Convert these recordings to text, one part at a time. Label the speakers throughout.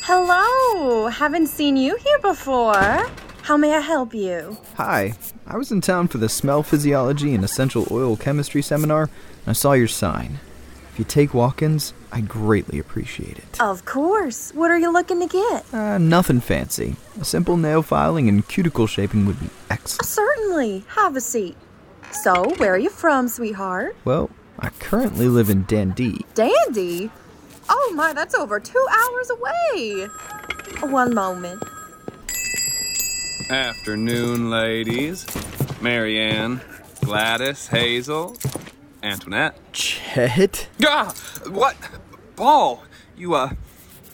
Speaker 1: Hello! Haven't seen you here before. How may I help you?
Speaker 2: Hi, I was in town for the Smell Physiology and Essential Oil Chemistry seminar, and I saw your sign. If you take walk ins, I greatly appreciate it.
Speaker 1: Of course. What are you looking to get?
Speaker 2: Uh, nothing fancy. A simple nail filing and cuticle shaping would be excellent.
Speaker 1: Certainly. Have a seat. So, where are you from, sweetheart?
Speaker 2: Well, I currently live in Dundee.
Speaker 1: Dandy? Oh my, that's over two hours away. One moment.
Speaker 3: Afternoon, ladies. Marianne, Gladys, Hazel, Antoinette.
Speaker 2: Chet?
Speaker 3: Ah, what? Paul, you, uh,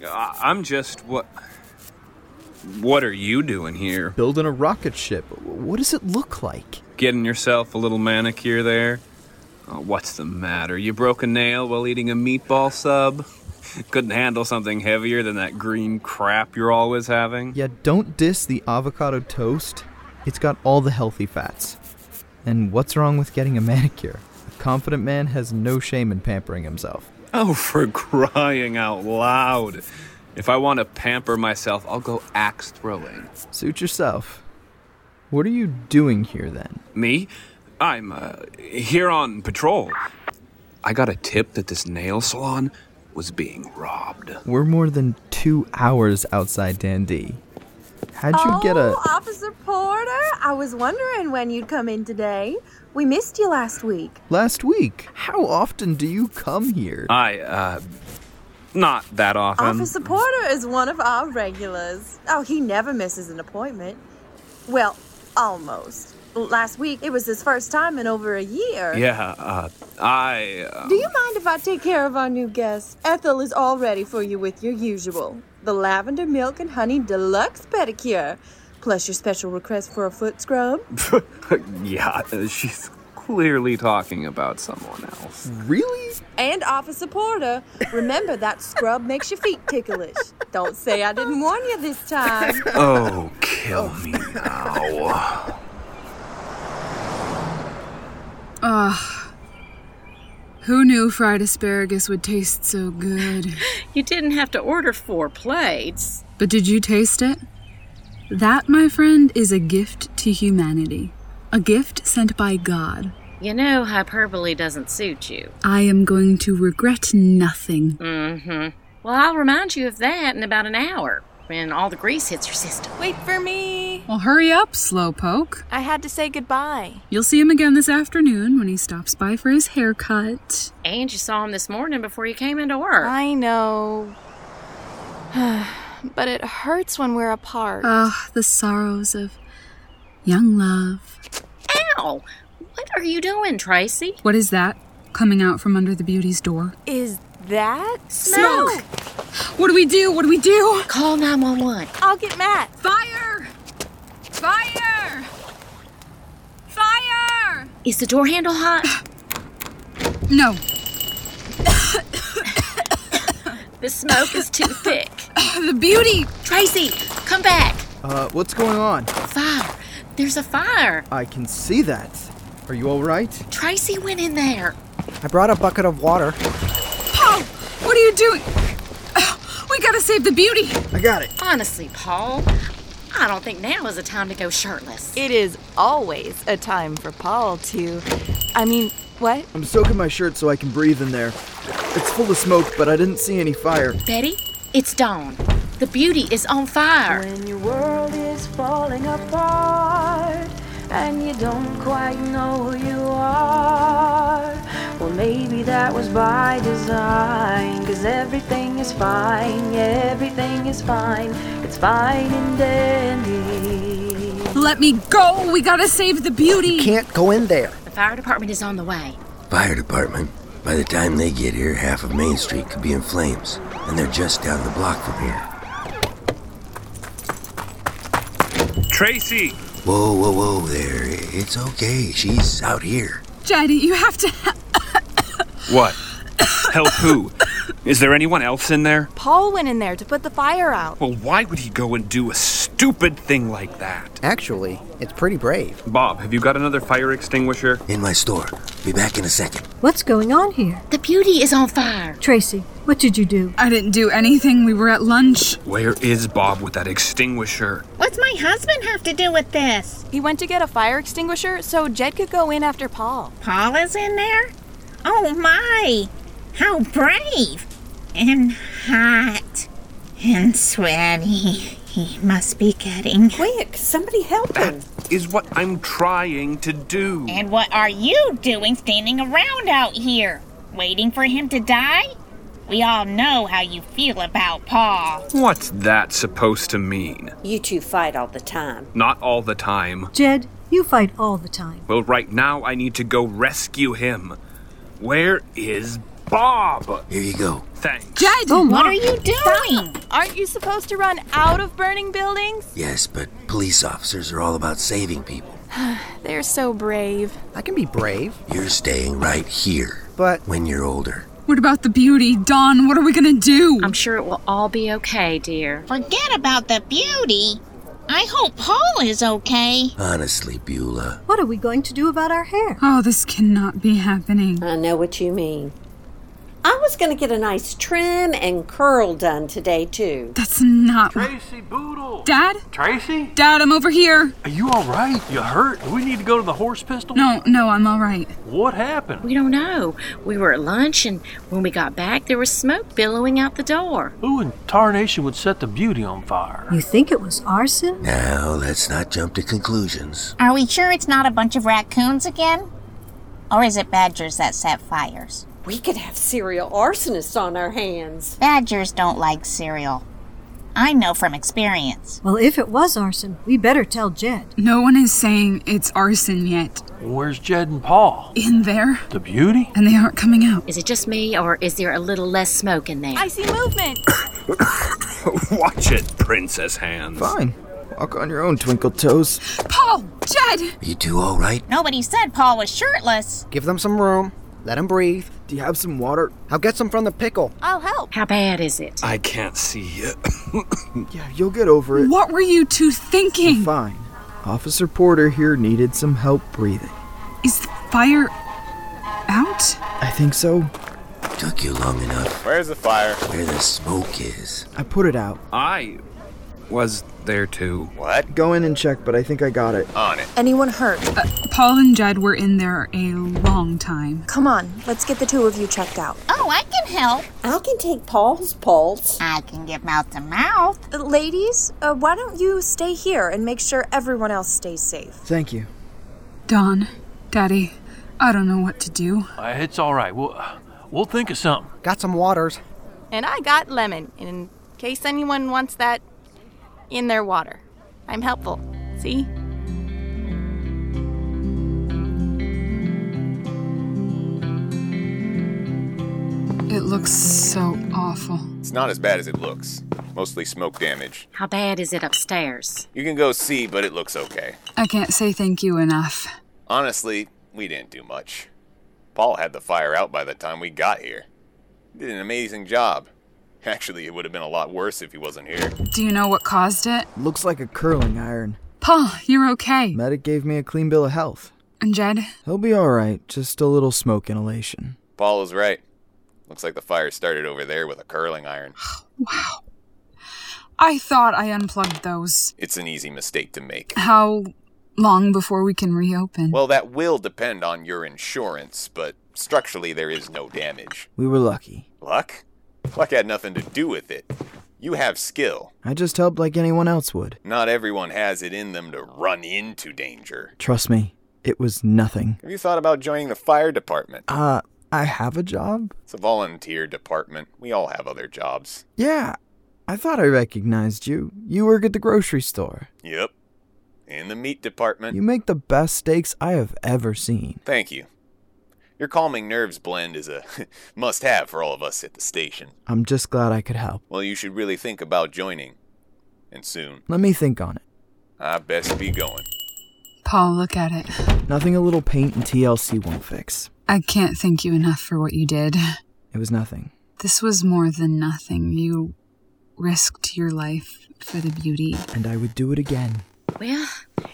Speaker 3: I- I'm just what. What are you doing here?
Speaker 2: Building a rocket ship. What does it look like?
Speaker 3: Getting yourself a little manicure there? Oh, what's the matter? You broke a nail while eating a meatball sub? Couldn't handle something heavier than that green crap you're always having?
Speaker 2: Yeah, don't diss the avocado toast. It's got all the healthy fats. And what's wrong with getting a manicure? A confident man has no shame in pampering himself.
Speaker 3: Oh, for crying out loud. If I want to pamper myself, I'll go axe throwing.
Speaker 2: Suit yourself. What are you doing here then?
Speaker 3: Me? I'm uh, here on patrol. I got a tip that this nail salon was being robbed.
Speaker 2: We're more than two hours outside Dundee. How'd you
Speaker 1: oh,
Speaker 2: get a.
Speaker 1: Officer Porter, I was wondering when you'd come in today. We missed you last week.
Speaker 2: Last week? How often do you come here?
Speaker 3: I, uh, not that often.
Speaker 1: Officer Porter is one of our regulars. Oh, he never misses an appointment. Well, almost. Last week, it was his first time in over a year.
Speaker 3: Yeah, uh, I, uh,
Speaker 1: Do you mind if I take care of our new guest? Ethel is all ready for you with your usual the lavender milk and honey deluxe pedicure, plus your special request for a foot scrub.
Speaker 3: yeah, uh, she's clearly talking about someone else.
Speaker 2: Really?
Speaker 1: and Officer Porter, remember that scrub makes your feet ticklish. Don't say I didn't warn you this time.
Speaker 3: Oh, kill me now.
Speaker 4: Who knew fried asparagus would taste so good?
Speaker 5: You didn't have to order four plates.
Speaker 4: But did you taste it? That, my friend, is a gift to humanity. A gift sent by God.
Speaker 5: You know, hyperbole doesn't suit you.
Speaker 4: I am going to regret nothing.
Speaker 5: Well, I'll remind you of that in about an hour when all the grease hits your system.
Speaker 6: Wait for me.
Speaker 4: Well, hurry up, Slowpoke.
Speaker 6: I had to say goodbye.
Speaker 4: You'll see him again this afternoon when he stops by for his haircut.
Speaker 5: And you saw him this morning before you came into work.
Speaker 6: I know. but it hurts when we're apart.
Speaker 4: Ah, the sorrows of young love.
Speaker 5: Ow! What are you doing, Tracy?
Speaker 4: What is that? Coming out from under the beauty's door.
Speaker 6: Is that?
Speaker 5: Smoke!
Speaker 4: What do we do? What do we do?
Speaker 5: Call 911.
Speaker 6: I'll get Matt.
Speaker 4: Fire! Fire! Fire!
Speaker 5: Is the door handle hot?
Speaker 4: No.
Speaker 5: the smoke is too thick.
Speaker 4: The beauty!
Speaker 5: Tracy, come back.
Speaker 2: Uh, what's going on?
Speaker 5: Fire. There's a fire.
Speaker 2: I can see that. Are you alright?
Speaker 5: Tracy went in there.
Speaker 7: I brought a bucket of water.
Speaker 4: Paul! What are you doing? We gotta save the beauty!
Speaker 7: I got it.
Speaker 5: Honestly, Paul, I don't think now is the time to go shirtless.
Speaker 6: It is always a time for Paul to. I mean, what?
Speaker 2: I'm soaking my shirt so I can breathe in there. It's full of smoke, but I didn't see any fire.
Speaker 5: Betty, it's dawn. The beauty is on fire.
Speaker 8: When your world is falling apart and you don't quite know who you are. Well, maybe that was by design, cause everything is fine, everything is fine, it's fine and dandy.
Speaker 4: Let me go! We gotta save the beauty!
Speaker 7: Can't go in there.
Speaker 5: The fire department is on the way.
Speaker 9: Fire department. By the time they get here, half of Main Street could be in flames, and they're just down the block from here.
Speaker 3: Tracy!
Speaker 9: Whoa, whoa, whoa there. It's okay. She's out here.
Speaker 4: Jaddy, you have to. Ha-
Speaker 3: What? Help who? Is there anyone else in there?
Speaker 6: Paul went in there to put the fire out.
Speaker 3: Well, why would he go and do a st- stupid thing like that.
Speaker 7: Actually, it's pretty brave.
Speaker 3: Bob, have you got another fire extinguisher?
Speaker 9: In my store. Be back in a second.
Speaker 10: What's going on here?
Speaker 5: The beauty is on fire.
Speaker 10: Tracy, what did you do?
Speaker 4: I didn't do anything. We were at lunch.
Speaker 3: Where is Bob with that extinguisher?
Speaker 11: What's my husband have to do with this?
Speaker 6: He went to get a fire extinguisher so Jed could go in after Paul.
Speaker 11: Paul is in there? Oh my! How brave! And hot. And sweaty. He must be getting.
Speaker 12: Quick, somebody help him.
Speaker 3: Is what I'm trying to do.
Speaker 11: And what are you doing standing around out here? Waiting for him to die? We all know how you feel about Paul.
Speaker 3: What's that supposed to mean?
Speaker 12: You two fight all the time.
Speaker 3: Not all the time.
Speaker 10: Jed, you fight all the time.
Speaker 3: Well, right now I need to go rescue him. Where is Bob?
Speaker 9: Here you go.
Speaker 3: Thanks.
Speaker 4: Jed!
Speaker 5: Oh, what are you doing?
Speaker 6: Aren't you supposed to run out of burning buildings?
Speaker 9: Yes, but police officers are all about saving people.
Speaker 6: They're so brave.
Speaker 7: I can be brave.
Speaker 9: You're staying right here.
Speaker 7: But-
Speaker 9: when you're older.
Speaker 4: What about the beauty? Dawn, what are we gonna do?
Speaker 5: I'm sure it will all be okay, dear.
Speaker 11: Forget about the beauty. I hope Paul is okay.
Speaker 9: Honestly, Beulah.
Speaker 10: What are we going to do about our hair?
Speaker 4: Oh, this cannot be happening.
Speaker 12: I know what you mean. I was going to get a nice trim and curl done today, too.
Speaker 4: That's not.
Speaker 13: Tracy Boodle!
Speaker 4: Dad?
Speaker 13: Tracy?
Speaker 4: Dad, I'm over here.
Speaker 13: Are you alright? You hurt? Do we need to go to the horse pistol?
Speaker 4: No, no, I'm all right.
Speaker 13: What happened?
Speaker 5: We don't know. We were at lunch, and when we got back, there was smoke billowing out the door.
Speaker 13: Who in tarnation would set the beauty on fire?
Speaker 10: You think it was arson?
Speaker 9: Now, let's not jump to conclusions.
Speaker 11: Are we sure it's not a bunch of raccoons again? Or is it badgers that set fires?
Speaker 12: We could have serial arsonists on our hands.
Speaker 11: Badgers don't like cereal. I know from experience.
Speaker 10: Well, if it was arson, we better tell Jed.
Speaker 4: No one is saying it's arson yet.
Speaker 13: Where's Jed and Paul?
Speaker 4: In there,
Speaker 13: The beauty?
Speaker 4: and they aren't coming out.
Speaker 5: Is it just me, or is there a little less smoke in there?
Speaker 6: I see movement.
Speaker 3: Watch it, Princess Hands.
Speaker 2: Fine. Walk on your own, Twinkle Toes.
Speaker 4: Paul! Jed!
Speaker 9: You two all right?
Speaker 11: Nobody said Paul was shirtless.
Speaker 7: Give them some room. Let them breathe.
Speaker 2: Do you have some water?
Speaker 7: I'll get some from the pickle.
Speaker 6: I'll help.
Speaker 5: How bad is it?
Speaker 3: I can't see it.
Speaker 2: Yeah, you'll get over it.
Speaker 4: What were you two thinking?
Speaker 2: Fine. Officer Porter here needed some help breathing.
Speaker 4: Is the fire out?
Speaker 2: I think so.
Speaker 9: Took you long enough.
Speaker 14: Where's the fire?
Speaker 9: Where the smoke is.
Speaker 2: I put it out.
Speaker 3: I was there too.
Speaker 14: What?
Speaker 2: Go in and check, but I think I got it.
Speaker 14: On it.
Speaker 1: Anyone hurt?
Speaker 4: Uh, Paul and Jed were in there a long time.
Speaker 1: Come on, let's get the two of you checked out.
Speaker 11: Oh, I can help.
Speaker 12: I can take Paul's pulse.
Speaker 11: I can get mouth to mouth.
Speaker 1: Uh, ladies, uh, why don't you stay here and make sure everyone else stays safe?
Speaker 2: Thank you.
Speaker 4: Don, Daddy, I don't know what to do.
Speaker 13: Uh, it's alright. We'll, uh, we'll think of something.
Speaker 7: Got some waters.
Speaker 6: And I got lemon, in case anyone wants that in their water. I'm helpful. See?
Speaker 4: It looks so awful.
Speaker 14: It's not as bad as it looks. Mostly smoke damage.
Speaker 5: How bad is it upstairs?
Speaker 14: You can go see, but it looks okay.
Speaker 4: I can't say thank you enough.
Speaker 14: Honestly, we didn't do much. Paul had the fire out by the time we got here. He Did an amazing job. Actually, it would have been a lot worse if he wasn't here.
Speaker 4: Do you know what caused it?
Speaker 2: Looks like a curling iron.
Speaker 4: Paul, you're okay.
Speaker 2: Medic gave me a clean bill of health.
Speaker 4: And Jed,
Speaker 2: He'll be alright, just a little smoke inhalation.
Speaker 14: Paul is right. Looks like the fire started over there with a curling iron.
Speaker 4: wow. I thought I unplugged those.
Speaker 14: It's an easy mistake to make.
Speaker 4: How long before we can reopen?
Speaker 14: Well, that will depend on your insurance, but structurally there is no damage.
Speaker 2: We were lucky.
Speaker 14: Luck? Luck had nothing to do with it. You have skill.
Speaker 2: I just helped like anyone else would.
Speaker 14: Not everyone has it in them to run into danger.
Speaker 2: Trust me, it was nothing.
Speaker 14: Have you thought about joining the fire department?
Speaker 2: Uh, I have a job?
Speaker 14: It's a volunteer department. We all have other jobs.
Speaker 2: Yeah, I thought I recognized you. You work at the grocery store.
Speaker 14: Yep. In the meat department.
Speaker 2: You make the best steaks I have ever seen.
Speaker 14: Thank you. Your calming nerves blend is a must have for all of us at the station.
Speaker 2: I'm just glad I could help.
Speaker 14: Well, you should really think about joining. And soon.
Speaker 2: Let me think on it.
Speaker 14: I best be going.
Speaker 4: Paul, look at it.
Speaker 2: Nothing a little paint and TLC won't fix.
Speaker 4: I can't thank you enough for what you did.
Speaker 2: It was nothing.
Speaker 4: This was more than nothing. You risked your life for the beauty.
Speaker 2: And I would do it again.
Speaker 5: Well,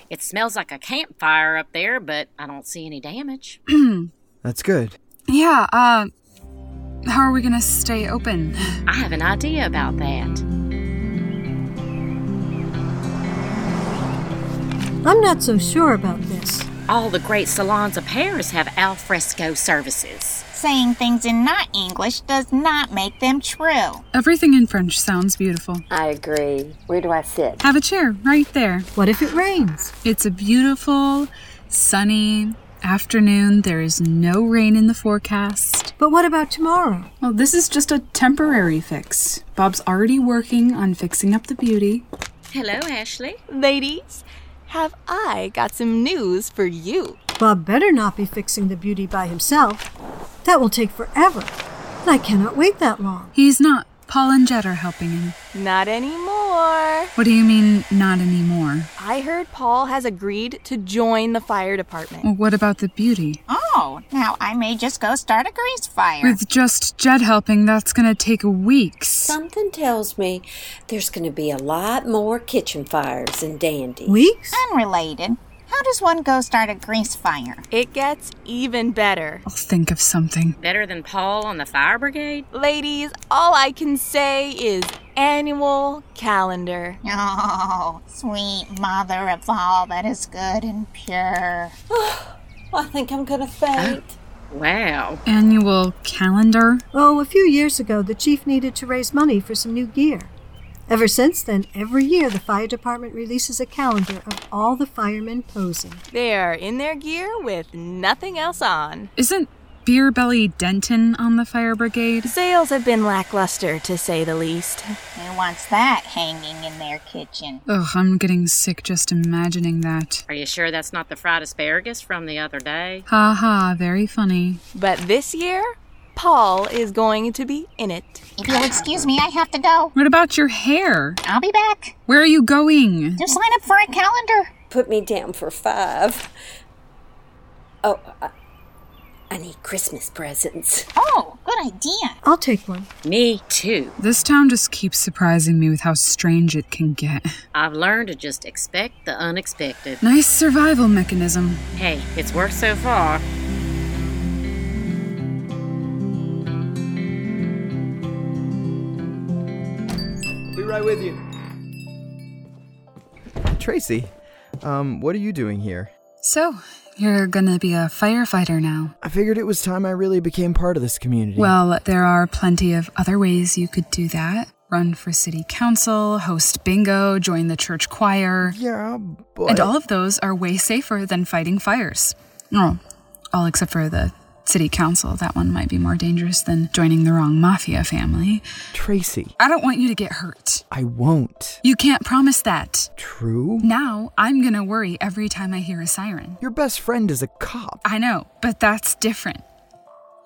Speaker 5: it smells like a campfire up there, but I don't see any damage.
Speaker 2: That's good.
Speaker 4: yeah, uh, how are we gonna stay open?
Speaker 5: I have an idea about that.
Speaker 10: I'm not so sure about this.
Speaker 5: All the great salons of Paris have alfresco services.
Speaker 11: Saying things in not English does not make them true.
Speaker 4: Everything in French sounds beautiful.
Speaker 15: I agree. Where do I sit?
Speaker 4: Have a chair right there.
Speaker 10: What if it rains?
Speaker 4: It's a beautiful, sunny afternoon. There is no rain in the forecast.
Speaker 10: But what about tomorrow?
Speaker 4: Well, this is just a temporary fix. Bob's already working on fixing up the beauty.
Speaker 5: Hello, Ashley.
Speaker 6: Ladies, have I got some news for you?
Speaker 10: Bob better not be fixing the beauty by himself. That will take forever. And I cannot wait that long.
Speaker 4: He's not. Paul and Jed are helping him.
Speaker 6: Not anymore.
Speaker 4: What do you mean, not anymore?
Speaker 6: I heard Paul has agreed to join the fire department.
Speaker 4: Well, what about the beauty?
Speaker 11: Oh, now I may just go start a grease fire.
Speaker 4: With just Jed helping, that's gonna take weeks.
Speaker 12: Something tells me there's going to be a lot more kitchen fires in Dandy.
Speaker 10: Weeks?
Speaker 11: Unrelated. How does one go start a grease fire?
Speaker 6: It gets even better.
Speaker 4: I'll think of something.
Speaker 5: Better than Paul on the fire brigade?
Speaker 6: Ladies, all I can say is annual calendar.
Speaker 11: Oh, sweet mother of all that is good and pure.
Speaker 12: I think I'm going to faint.
Speaker 5: Wow.
Speaker 4: Annual calendar?
Speaker 10: Oh, a few years ago, the chief needed to raise money for some new gear. Ever since then, every year the fire department releases a calendar of all the firemen posing.
Speaker 6: They are in their gear with nothing else on.
Speaker 4: Isn't Beer Belly Denton on the fire brigade?
Speaker 6: Sales have been lackluster, to say the least.
Speaker 11: Who wants that hanging in their kitchen?
Speaker 4: Ugh, I'm getting sick just imagining that.
Speaker 5: Are you sure that's not the fried asparagus from the other day?
Speaker 4: Ha ha, very funny.
Speaker 6: But this year, Paul is going to be in it.
Speaker 11: If you'll excuse me, I have to go.
Speaker 4: What about your hair?
Speaker 11: I'll be back.
Speaker 4: Where are you going?
Speaker 11: Do sign up for a calendar.
Speaker 12: Put me down for five. Oh, I, I need Christmas presents.
Speaker 11: Oh, good idea.
Speaker 10: I'll take one.
Speaker 5: Me too.
Speaker 4: This town just keeps surprising me with how strange it can get.
Speaker 5: I've learned to just expect the unexpected.
Speaker 4: Nice survival mechanism.
Speaker 5: Hey, it's worked so far.
Speaker 2: Be right with you. Tracy, um, what are you doing here?
Speaker 4: So, you're gonna be a firefighter now.
Speaker 2: I figured it was time I really became part of this community.
Speaker 4: Well, there are plenty of other ways you could do that. Run for city council, host bingo, join the church choir.
Speaker 2: yeah, but
Speaker 4: And all of those are way safer than fighting fires. Oh, all except for the city council. That one might be more dangerous than joining the wrong mafia family.
Speaker 2: Tracy,
Speaker 4: I don't want you to get hurt.
Speaker 2: I won't.
Speaker 4: You can't promise that.
Speaker 2: True.
Speaker 4: Now I'm gonna worry every time I hear a siren.
Speaker 2: Your best friend is a cop.
Speaker 4: I know, but that's different.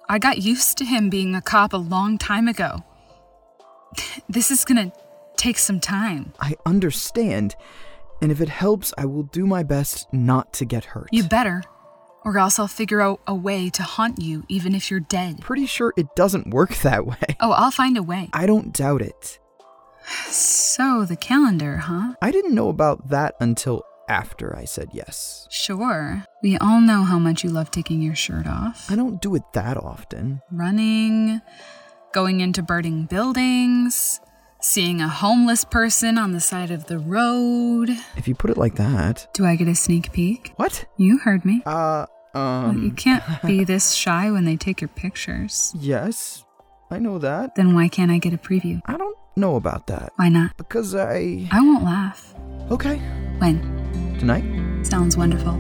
Speaker 4: I got used to him being a cop a long time ago. This is gonna take some time.
Speaker 2: I understand, and if it helps, I will do my best not to get hurt.
Speaker 4: You better, or else I'll figure out a way to haunt you even if you're dead.
Speaker 2: Pretty sure it doesn't work that way.
Speaker 4: Oh, I'll find a way.
Speaker 2: I don't doubt it.
Speaker 4: So, the calendar, huh?
Speaker 2: I didn't know about that until after I said yes.
Speaker 4: Sure. We all know how much you love taking your shirt off.
Speaker 2: I don't do it that often.
Speaker 4: Running, going into burning buildings, seeing a homeless person on the side of the road.
Speaker 2: If you put it like that.
Speaker 4: Do I get a sneak peek?
Speaker 2: What?
Speaker 4: You heard me.
Speaker 2: Uh, um.
Speaker 4: you can't be this shy when they take your pictures.
Speaker 2: Yes, I know that.
Speaker 4: Then why can't I get a preview?
Speaker 2: I don't know about that.
Speaker 4: Why not?
Speaker 2: Because I.
Speaker 4: I won't laugh.
Speaker 2: Okay.
Speaker 4: When?
Speaker 2: Tonight?
Speaker 4: Sounds wonderful.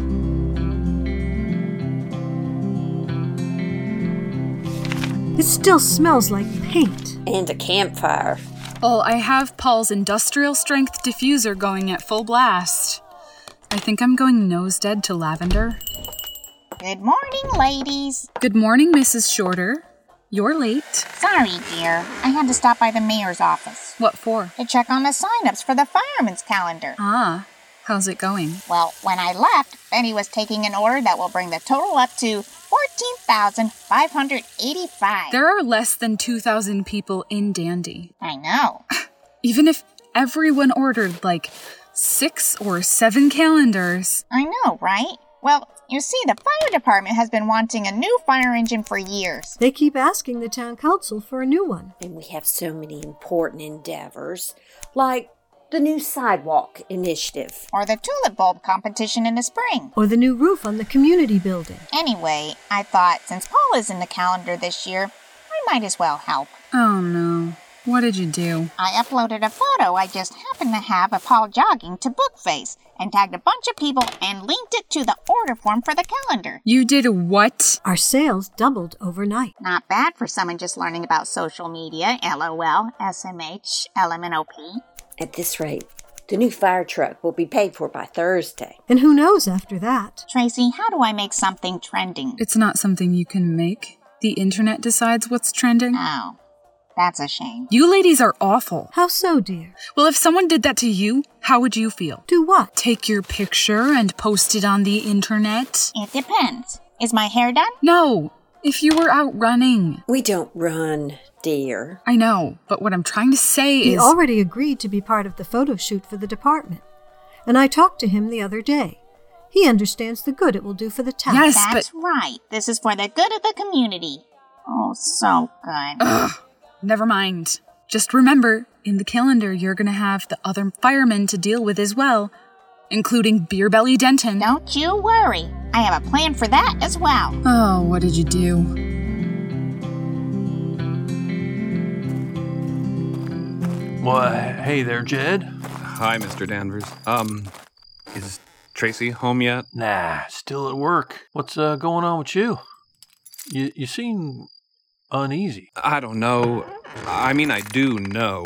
Speaker 10: It still smells like paint.
Speaker 12: And a campfire.
Speaker 4: Oh, I have Paul's industrial strength diffuser going at full blast. I think I'm going nose dead to lavender.
Speaker 11: Good morning, ladies.
Speaker 4: Good morning, Mrs. Shorter. You're late.
Speaker 11: Sorry, dear. I had to stop by the mayor's office
Speaker 4: What for?
Speaker 11: to check on the sign-ups for the fireman's calendar.
Speaker 4: Ah, how's it going?
Speaker 11: Well, when I left, Benny was taking an order that will bring the total up to 14,585.
Speaker 4: There are less than 2,000 people in Dandy.
Speaker 11: I know.
Speaker 4: Even if everyone ordered like six or seven calendars,
Speaker 16: I know, right? Well, you see, the fire department has been wanting a new fire engine for years.
Speaker 10: They keep asking the town council for a new one.
Speaker 12: And we have so many important endeavors, like the new sidewalk initiative.
Speaker 16: Or the tulip bulb competition in the spring.
Speaker 10: Or the new roof on the community building.
Speaker 16: Anyway, I thought since Paul is in the calendar this year, I might as well help.
Speaker 4: oh no. What did you do?
Speaker 16: I uploaded a photo I just happened to have of Paul jogging to Bookface and tagged a bunch of people and linked it to the order form for the calendar.
Speaker 4: You did what?
Speaker 10: Our sales doubled overnight.
Speaker 16: Not bad for someone just learning about social media, LOL, SMH, LMNOP.
Speaker 12: At this rate, the new fire truck will be paid for by Thursday.
Speaker 10: And who knows after that?
Speaker 16: Tracy, how do I make something trending?
Speaker 4: It's not something you can make. The internet decides what's trending.
Speaker 16: Oh, that's a shame.
Speaker 4: You ladies are awful.
Speaker 10: How so, dear?
Speaker 4: Well, if someone did that to you, how would you feel?
Speaker 10: Do what?
Speaker 4: Take your picture and post it on the internet?
Speaker 16: It depends. Is my hair done?
Speaker 4: No, if you were out running.
Speaker 12: We don't run, dear.
Speaker 4: I know, but what I'm trying to say
Speaker 10: He
Speaker 4: is.
Speaker 10: already agreed to be part of the photo shoot for the department. And I talked to him the other day. He understands the good it will do for the town.
Speaker 4: Yes,
Speaker 16: That's right. This is for the good of the community. Oh, so good.
Speaker 4: Ugh, never mind. Just remember, in the calendar, you're gonna have the other firemen to deal with as well, including Beer Belly Denton.
Speaker 16: Don't you worry. I have a plan for that as well.
Speaker 4: Oh, what did you do?
Speaker 13: Well, hey there, Jed.
Speaker 3: Hi, Mr. Danvers. Um, is Tracy home yet?
Speaker 13: Nah, still at work. What's uh, going on with you? You you seem uneasy.
Speaker 3: I don't know. I mean, I do know.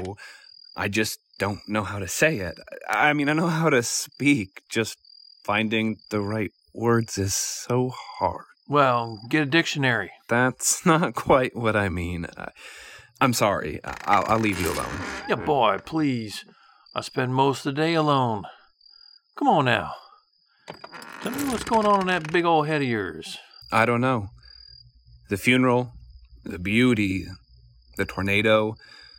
Speaker 3: I just don't know how to say it. I mean, I know how to speak. Just finding the right words is so hard.
Speaker 13: Well, get a dictionary.
Speaker 3: That's not quite what I mean. I, I'm sorry. I- I'll, I'll leave you alone.
Speaker 13: Yeah, boy, please. I spend most of the day alone. Come on now. Tell me what's going on in that big old head of yours.
Speaker 3: I don't know. The funeral, the beauty, the tornado,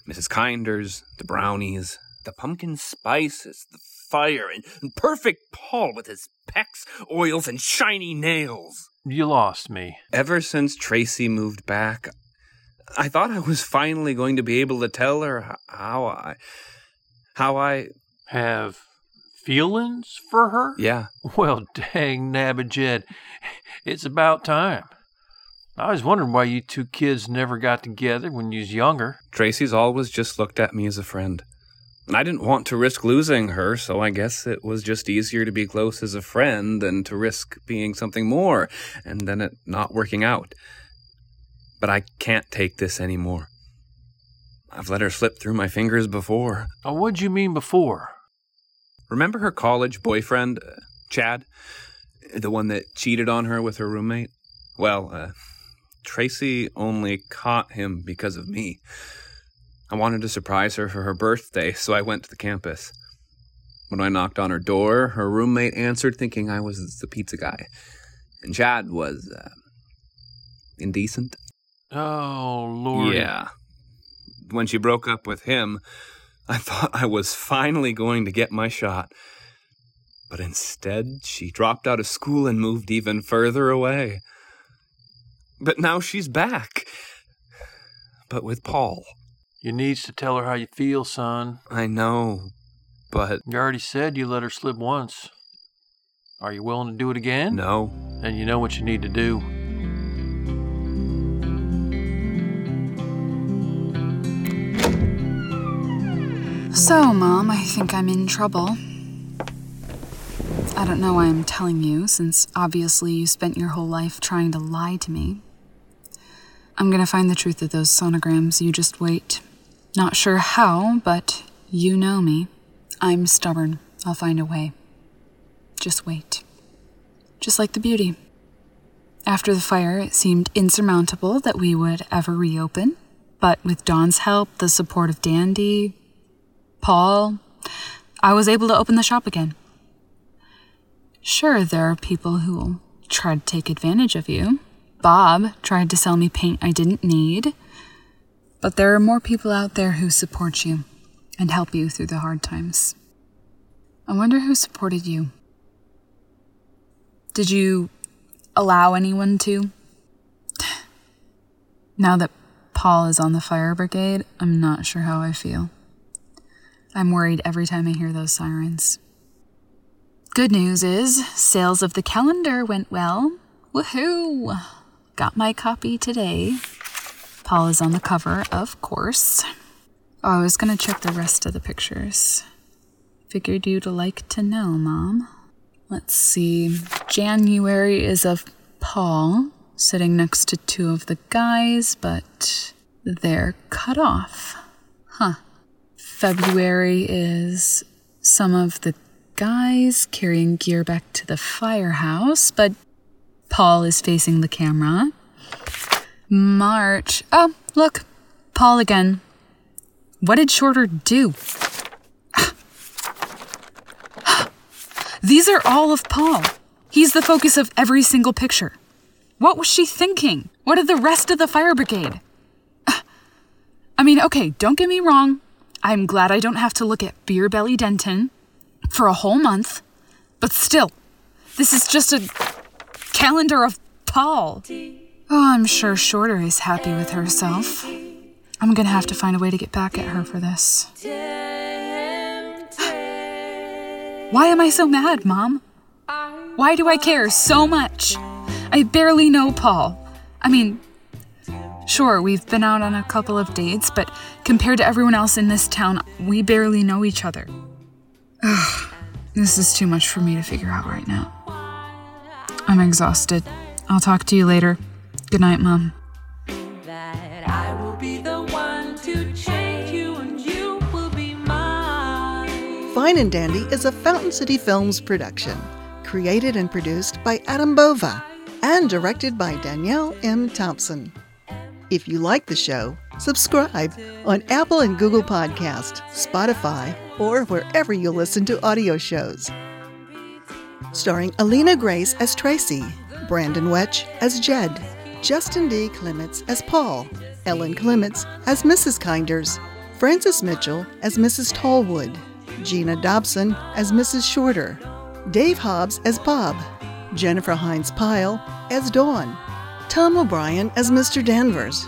Speaker 3: Mrs. Kinders, the brownies, the pumpkin spices, the fire, and, and perfect Paul with his pecs, oils, and shiny nails.
Speaker 13: You lost me.
Speaker 3: Ever since Tracy moved back, I thought I was finally going to be able to tell her h- how I. how I.
Speaker 13: Have feelings for her?
Speaker 3: Yeah.
Speaker 13: Well, dang nabbit Jed. It's about time. I was wondering why you two kids never got together when you was younger.
Speaker 3: Tracy's always just looked at me as a friend. And I didn't want to risk losing her, so I guess it was just easier to be close as a friend than to risk being something more and then it not working out. But I can't take this anymore. I've let her slip through my fingers before.
Speaker 13: Oh, what'd you mean before?
Speaker 3: Remember her college boyfriend, uh, Chad? The one that cheated on her with her roommate? Well, uh, Tracy only caught him because of me. I wanted to surprise her for her birthday, so I went to the campus. When I knocked on her door, her roommate answered thinking I was the pizza guy. And Chad was uh, indecent.
Speaker 13: Oh, Lord.
Speaker 3: Yeah. When she broke up with him, I thought I was finally going to get my shot. But instead, she dropped out of school and moved even further away. But now she's back. But with Paul.
Speaker 13: You needs to tell her how you feel, son.
Speaker 3: I know, but
Speaker 13: You already said you let her slip once. Are you willing to do it again?
Speaker 3: no.
Speaker 13: And you know what you need to do.
Speaker 4: So, Mom, I think I'm in trouble. I don't know why I'm telling you, since obviously you spent your whole life trying to lie to me. I'm gonna find the truth of those sonograms, you just wait. Not sure how, but you know me. I'm stubborn. I'll find a way. Just wait. Just like the beauty. After the fire, it seemed insurmountable that we would ever reopen, but with Dawn's help, the support of Dandy, Paul, I was able to open the shop again. Sure, there are people who will try to take advantage of you. Bob tried to sell me paint I didn't need. But there are more people out there who support you, and help you through the hard times. I wonder who supported you. Did you allow anyone to? Now that Paul is on the fire brigade, I'm not sure how I feel. I'm worried every time I hear those sirens. Good news is sales of the calendar went well. Woohoo! Got my copy today. Paul is on the cover, of course. Oh, I was gonna check the rest of the pictures. Figured you'd like to know, Mom. Let's see. January is of Paul sitting next to two of the guys, but they're cut off. Huh. February is some of the guys carrying gear back to the firehouse, but Paul is facing the camera. March. Oh, look, Paul again. What did Shorter do? These are all of Paul. He's the focus of every single picture. What was she thinking? What of the rest of the fire brigade? I mean, okay, don't get me wrong. I'm glad I don't have to look at Beer Belly Denton for a whole month, but still, this is just a calendar of Paul. Oh, I'm sure Shorter is happy with herself. I'm gonna have to find a way to get back at her for this. Why am I so mad, Mom? Why do I care so much? I barely know Paul. I mean, sure, we've been out on a couple of dates, but compared to everyone else in this town, we barely know each other. Ugh, this is too much for me to figure out right now. I'm exhausted. I'll talk to you later. Good night, Mom.
Speaker 8: that I will be the one to change you and you will be mine.
Speaker 17: Fine and Dandy is a Fountain City Films production, created and produced by Adam Bova and directed by Danielle M. Thompson. If you like the show, subscribe on Apple and Google Podcast, Spotify, or wherever you listen to audio shows. Starring Alina Grace as Tracy, Brandon Wetch as Jed, Justin D. Clements as Paul, Ellen Clements as Mrs. Kinders, Frances Mitchell as Mrs. Tallwood, Gina Dobson as Mrs. Shorter, Dave Hobbs as Bob, Jennifer Hines Pyle as Dawn, Tom O'Brien as Mr. Danvers,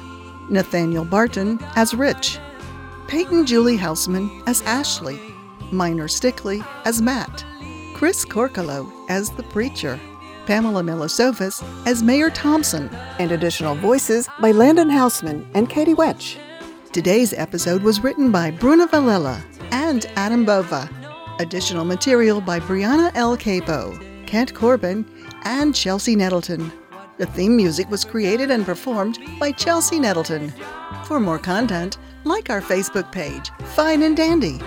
Speaker 17: Nathaniel Barton as Rich, Peyton Julie Houseman as Ashley, Minor Stickley as Matt, Chris Corcolo as the preacher, Pamela Milosovas as Mayor Thompson, and additional voices by Landon Houseman and Katie Wetch. Today's episode was written by Bruna Valella and Adam Bova. Additional material by Brianna L. Capo, Kent Corbin, and Chelsea Nettleton. The theme music was created and performed by Chelsea Nettleton. For more content, like our Facebook page, Fine and Dandy.